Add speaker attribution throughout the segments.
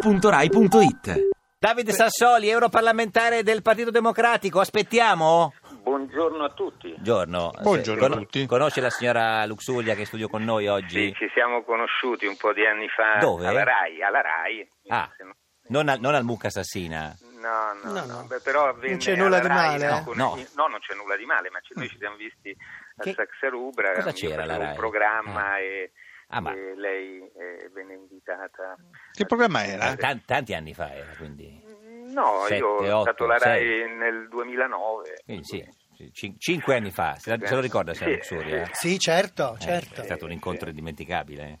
Speaker 1: radio2pod.rai.it
Speaker 2: Davide Sassoli, europarlamentare del Partito Democratico, aspettiamo?
Speaker 3: Buongiorno a tutti.
Speaker 2: Buongiorno.
Speaker 4: Buongiorno
Speaker 2: Se-
Speaker 4: a tutti.
Speaker 2: Conosce la signora Luxuria che è in studio con noi oggi?
Speaker 3: Sì, ci siamo conosciuti un po' di anni fa
Speaker 2: Dove?
Speaker 3: alla Rai, alla Rai.
Speaker 2: Ah.
Speaker 3: Se no-
Speaker 2: Non al, non al mucca assassina.
Speaker 3: No, no,
Speaker 5: No,
Speaker 3: no,
Speaker 5: no.
Speaker 3: beh, però venne
Speaker 5: c'è
Speaker 3: alla
Speaker 5: nulla di
Speaker 3: Rai,
Speaker 5: male,
Speaker 3: no,
Speaker 5: eh?
Speaker 3: con-
Speaker 2: No.
Speaker 3: no, non c'è nulla di male, ma ci- noi ci siamo visti a
Speaker 2: Che-
Speaker 3: Saxarubra,
Speaker 2: cosa
Speaker 3: io
Speaker 2: c'era
Speaker 3: facevo
Speaker 2: alla Rai?
Speaker 3: un programma
Speaker 2: Ah.
Speaker 3: e,
Speaker 2: Ah, ma-
Speaker 3: e lei eh, venne invitata.
Speaker 4: Che programma era?
Speaker 2: eh, Tan- tanti anni fa era, quindi.
Speaker 3: No,
Speaker 2: Sette,
Speaker 3: io ho
Speaker 2: otto,
Speaker 3: fatto la Rai
Speaker 2: sei.
Speaker 3: nel 2009.
Speaker 2: quindi sì, sì, cin- cinque anni fa, se, la- se lo ricorda signora
Speaker 3: Sì,
Speaker 2: Luxuria?
Speaker 3: sì.
Speaker 5: Sì, certo,
Speaker 2: Eh,
Speaker 5: certo.
Speaker 2: È stato un incontro indimenticabile. eh.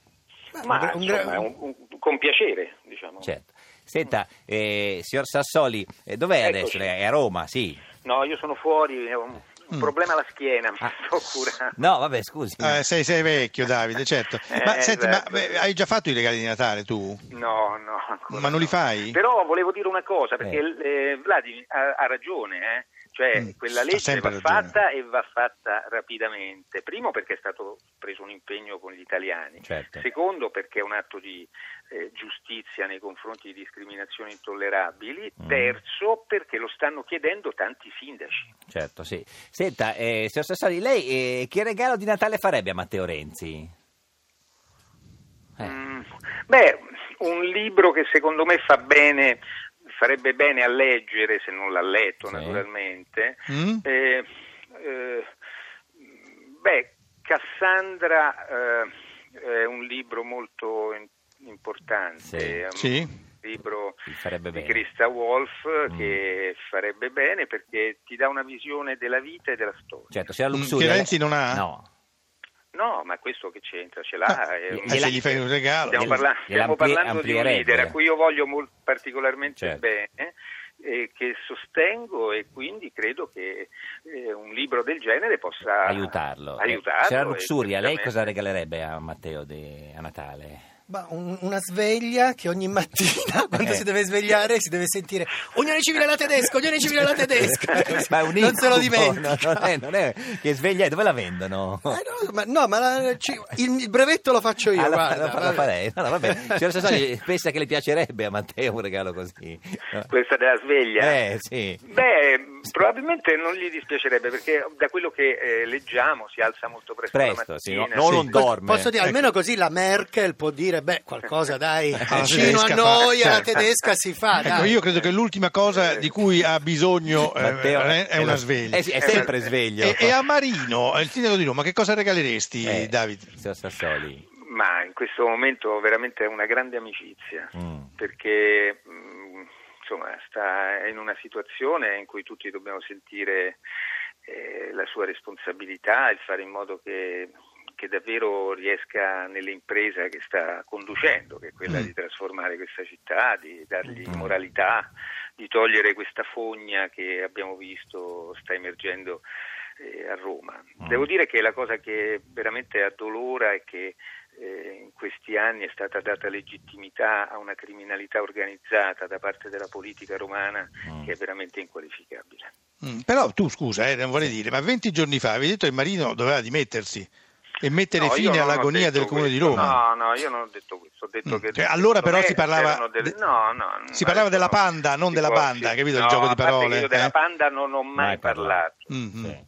Speaker 3: Ma
Speaker 5: un gra-
Speaker 3: insomma, è un- un- con piacere, diciamo.
Speaker 2: Certo. Senta, eh, signor Sassoli, eh, dov'è
Speaker 3: Eccoci.
Speaker 2: adesso? È a Roma, sì.
Speaker 3: No, io sono fuori, ho un, un
Speaker 5: Mm.
Speaker 3: problema alla schiena, mi
Speaker 2: Ah.
Speaker 3: sto curando.
Speaker 2: No, vabbè, scusi.
Speaker 4: Eh, sei, sei vecchio, Davide, certo. Ma
Speaker 3: Eh,
Speaker 4: senti,
Speaker 3: esatto.
Speaker 4: ma, beh, hai già fatto i regali di Natale tu?
Speaker 3: No, no, ancora
Speaker 4: Ma non li
Speaker 3: no.
Speaker 4: fai?
Speaker 3: Però volevo dire una cosa, perché
Speaker 2: Eh.
Speaker 3: il- eh, Vladimir ha, ha ragione, eh. cioè
Speaker 4: Mm,
Speaker 3: quella
Speaker 4: ha
Speaker 3: legge va
Speaker 4: sempre ragione.
Speaker 3: fatta e va fatta rapidamente. Primo perché è stato preso un impegno con gli italiani,
Speaker 2: Certo.
Speaker 3: secondo perché è un atto di eh, giustizia nei confronti di discriminazioni intollerabili,
Speaker 2: Mm.
Speaker 3: terzo perché lo stanno chiedendo tanti sindaci.
Speaker 2: Certo, sì. Senta, eh, signor Sassoli, lei eh, che regalo di Natale farebbe a Matteo Renzi? Eh.
Speaker 3: Mm, Beh, un libro che secondo me fa bene, farebbe bene a leggere se non l'ha letto
Speaker 2: Sì.
Speaker 3: naturalmente.
Speaker 4: Mm?
Speaker 3: Eh, eh, beh, Cassandra eh, è un libro molto in- importante,
Speaker 2: Sì.
Speaker 3: è un
Speaker 4: Sì?
Speaker 3: libro
Speaker 2: Sì, farebbe
Speaker 3: di
Speaker 2: bene.
Speaker 3: Christa Wolf
Speaker 2: Mm.
Speaker 3: che farebbe bene perché ti dà una visione della vita e della storia.
Speaker 2: Certo, signora
Speaker 4: Mm,
Speaker 2: Luxuria...
Speaker 4: che Renzi non ha?
Speaker 2: No.
Speaker 3: No, ma questo che c'entra? Ce l'ha.
Speaker 4: Ah,
Speaker 3: è un-
Speaker 4: eh, se gli fai un regalo. eh.
Speaker 3: Stiamo,
Speaker 2: Gliela-
Speaker 3: parla-
Speaker 2: gliela
Speaker 3: stiamo
Speaker 2: ampli-
Speaker 3: parlando di un
Speaker 2: amplierebbe.
Speaker 3: leader a cui io voglio mol- particolarmente
Speaker 2: eh. Certo.
Speaker 3: bene, eh, che sostengo e quindi credo che eh, un libro del genere possa
Speaker 2: Aiutarlo.
Speaker 3: Ah,
Speaker 2: Eh,
Speaker 3: aiutarlo
Speaker 2: Signora
Speaker 3: e
Speaker 2: Luxuria, lei
Speaker 3: certamente-
Speaker 2: cosa regalerebbe a Matteo de- a Natale?
Speaker 5: Ma un- una sveglia che ogni mattina, quando
Speaker 2: Eh.
Speaker 5: si deve svegliare, si deve sentire Unione Civile alla tedesca, Unione Civile alla tedesca.
Speaker 2: Ma è un
Speaker 5: non se
Speaker 2: incubo,
Speaker 5: lo dimentica.
Speaker 2: no, non, è, non è- che sveglia dove la vendono?
Speaker 5: Eh, no, ma, no, ma la- ci- il, il brevetto lo faccio io,
Speaker 2: Ah, la,
Speaker 5: guarda.
Speaker 2: la- la- la
Speaker 5: vabbè.
Speaker 2: fa lei. No, no, vabbè. Signor Sassoli, pensa che le piacerebbe a Matteo un regalo così?
Speaker 3: Questa della sveglia.
Speaker 2: Eh, sì.
Speaker 3: Beh, probabilmente non gli dispiacerebbe perché da quello che eh, leggiamo si alza molto presto,
Speaker 2: Presto,
Speaker 3: la
Speaker 2: sì,
Speaker 3: mattina.
Speaker 2: no- non
Speaker 3: Sì.
Speaker 2: do- dorme.
Speaker 5: Posso dire, almeno così la Merkel può dire, beh, qualcosa
Speaker 2: Eh,
Speaker 5: dai, vicino a
Speaker 4: tedesca
Speaker 5: noi,
Speaker 4: fa,
Speaker 5: alla
Speaker 4: certo.
Speaker 5: tedesca si fa,
Speaker 4: Ecco,
Speaker 5: dai.
Speaker 4: io credo che l'ultima cosa
Speaker 3: Eh.
Speaker 4: di cui ha bisogno eh,
Speaker 2: Matteo
Speaker 4: Ren- è una
Speaker 2: la-
Speaker 4: sveglia.
Speaker 2: eh sì, è sempre sveglio.
Speaker 4: E, e a Marino, eh, il sindaco di Roma, che cosa regaleresti,
Speaker 2: Eh,
Speaker 4: Davide?
Speaker 2: Signor Sassoli.
Speaker 3: Ma in questo momento veramente è una grande amicizia.
Speaker 2: Mm.
Speaker 3: perché mh, insomma sta in una situazione in cui tutti dobbiamo sentire eh, la sua responsabilità e fare in modo che, che davvero riesca nell'impresa che sta conducendo, che è quella
Speaker 4: Mm.
Speaker 3: di trasformare questa città, di dargli moralità, di togliere questa fogna che abbiamo visto sta emergendo eh, a Roma.
Speaker 4: Mm.
Speaker 3: Devo dire che la cosa che veramente addolora è che eh, in questi anni è stata data legittimità a una criminalità organizzata da parte della politica romana
Speaker 2: Mm.
Speaker 3: che è veramente inqualificabile.
Speaker 4: Mm, però tu, scusa, eh, non vorrei dire, ma 20 giorni fa avevi detto che Marino doveva dimettersi e mettere
Speaker 3: No, io
Speaker 4: fine
Speaker 3: non ho
Speaker 4: all'agonia
Speaker 3: detto
Speaker 4: del Comune di
Speaker 3: questo.
Speaker 4: Roma.
Speaker 3: No, no, io non ho detto questo. Ho detto
Speaker 4: Mm.
Speaker 3: che
Speaker 4: Cioè, allora
Speaker 3: secondo
Speaker 4: però
Speaker 3: me
Speaker 4: si parlava
Speaker 3: c'erano delle-
Speaker 4: de-
Speaker 3: no, no, no,
Speaker 4: si parlava della panda, non
Speaker 3: di
Speaker 4: della
Speaker 3: cose-
Speaker 4: banda, capito il
Speaker 3: no,
Speaker 4: gioco di
Speaker 3: a parte che
Speaker 4: parole,
Speaker 3: Io della
Speaker 4: eh?
Speaker 3: panda non ho mai,
Speaker 2: Mai parlato.
Speaker 3: parlato.
Speaker 4: Mm, mm.
Speaker 2: Sì.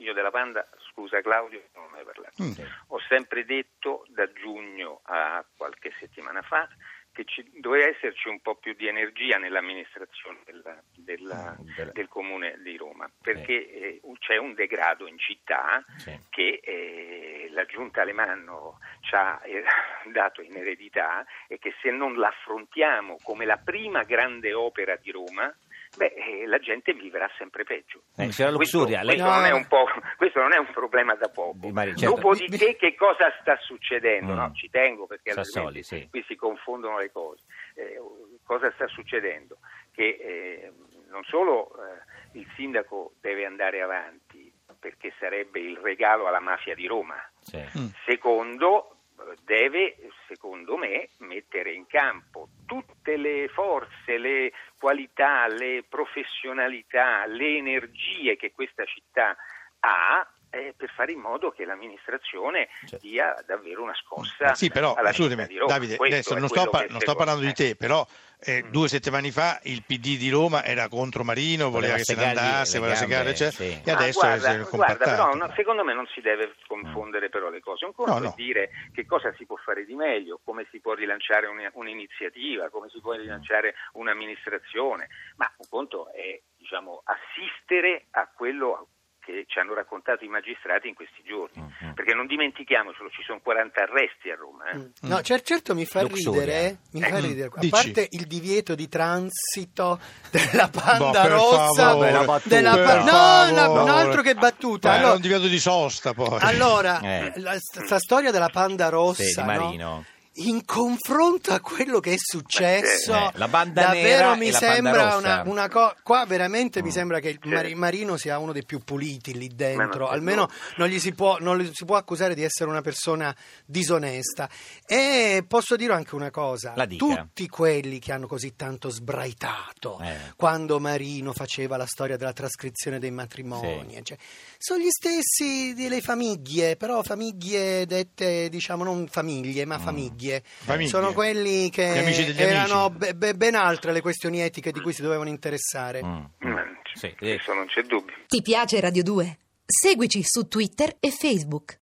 Speaker 3: Io della panda, scusa Claudio, non ho mai parlato.
Speaker 4: Mm.
Speaker 2: Sì.
Speaker 3: Ho sempre detto da giugno a qualche settimana fa che ci, doveva esserci un po' più di energia nell'amministrazione della- della-
Speaker 2: Mm, della-
Speaker 3: del comune di Roma, perché eh, un- c'è un degrado in città
Speaker 2: Sì.
Speaker 3: che eh, la giunta Alemanno ci ha eh, dato in eredità e che se non la affrontiamo come la prima grande opera di Roma, beh, eh, la gente vivrà sempre peggio.
Speaker 2: Eh, signora Luxuria,
Speaker 3: Mm. questo,
Speaker 2: lei...
Speaker 3: questo non è un po', questo non è un problema da poco.
Speaker 2: Di Maria, certo.
Speaker 3: Dopodiché, che cosa sta succedendo?
Speaker 2: Mm.
Speaker 3: No, ci tengo perché
Speaker 2: Sassoli,
Speaker 3: altrimenti
Speaker 2: sì.
Speaker 3: qui si confondono le cose. Eh, cosa sta succedendo? Che eh, non solo eh, il sindaco deve andare avanti perché sarebbe il regalo alla mafia di Roma.
Speaker 2: Sì.
Speaker 4: Mm.
Speaker 3: Secondo, eh, deve, secondo me, mettere in campo tutte le forze, le qualità, le professionalità, le energie che questa città ha eh, per fare in modo che l'amministrazione dia davvero una scossa
Speaker 4: Cioè. Sì, però,
Speaker 3: alla città
Speaker 4: scusami,
Speaker 3: di Roma.
Speaker 4: Davide,
Speaker 3: Questo
Speaker 4: adesso
Speaker 3: è
Speaker 4: non sto,
Speaker 3: quello
Speaker 4: par-
Speaker 3: che
Speaker 4: non sto
Speaker 3: secondo
Speaker 4: parlando di
Speaker 3: me- Mm.
Speaker 4: te, però eh, due settimane fa il PD di Roma era contro Marino,
Speaker 2: Voleva
Speaker 4: voleva, che se ne
Speaker 2: segargli
Speaker 4: andasse,
Speaker 2: le
Speaker 4: voleva segare,
Speaker 2: gambe,
Speaker 4: eccetera,
Speaker 2: sì.
Speaker 4: e
Speaker 3: Ma
Speaker 4: adesso
Speaker 3: Ah, guarda,
Speaker 4: è
Speaker 3: guarda, però
Speaker 4: compattato.
Speaker 3: no, secondo me non si deve confondere però le cose. Un conto
Speaker 4: No, no.
Speaker 3: è dire che cosa si può fare di meglio, come si può rilanciare un- un'iniziativa, come si può rilanciare un'amministrazione, ma un conto è diciamo, assistere a quello che ci hanno raccontato i magistrati in questi giorni.
Speaker 4: Mm,
Speaker 2: Mhm.
Speaker 3: Perché non dimentichiamocelo, ci sono 40 arresti a Roma. eh.
Speaker 5: Mm. No, cer- certo mi fa
Speaker 2: Luxuria.
Speaker 5: ridere, eh. mi fa
Speaker 4: Mm.
Speaker 5: ridere. A
Speaker 4: Dici.
Speaker 5: parte il divieto di transito della panda
Speaker 4: Boh, per
Speaker 5: rossa,
Speaker 4: favore,
Speaker 5: della
Speaker 2: battuta.
Speaker 5: pa-
Speaker 2: Per
Speaker 5: no, la-
Speaker 4: favore.
Speaker 5: un altro che battuta.
Speaker 4: Poi era
Speaker 5: allora,
Speaker 4: un divieto di sosta poi.
Speaker 5: allora,
Speaker 2: Eh.
Speaker 5: la- sta sta storia della panda rossa,
Speaker 2: Sì, di
Speaker 5: no?
Speaker 2: Marino.
Speaker 5: in confronto a quello che è successo,
Speaker 2: Eh, la banda
Speaker 5: davvero
Speaker 2: nera
Speaker 5: mi
Speaker 2: e la
Speaker 5: sembra
Speaker 2: banda
Speaker 5: una,
Speaker 2: rossa.
Speaker 5: una cosa. Qua veramente mi sembra che il
Speaker 3: Mm. Sì.
Speaker 5: Mari- Marino sia uno dei più puliti lì dentro.
Speaker 3: Ma no,
Speaker 5: Almeno
Speaker 3: no.
Speaker 5: non gli si può, non gli si può accusare di essere una persona disonesta. E posso dire anche una cosa:
Speaker 2: La dica.
Speaker 5: tutti quelli che hanno così tanto sbraitato
Speaker 2: Eh.
Speaker 5: quando Marino faceva la storia della trascrizione dei matrimoni, cioè, sono gli stessi delle famiglie, però famiglie dette diciamo non famiglie, ma famiglie.
Speaker 4: Mm. Famiglie.
Speaker 5: Sono quelli che
Speaker 4: Gli amici degli
Speaker 5: erano
Speaker 4: amici.
Speaker 5: be- be- ben altre le questioni etiche di cui si dovevano interessare.
Speaker 2: Mm.
Speaker 3: Ma
Speaker 2: Sì, eh,
Speaker 3: Questo non c'è dubbio.
Speaker 1: Ti piace Radio 2? Seguici su Twitter e Facebook.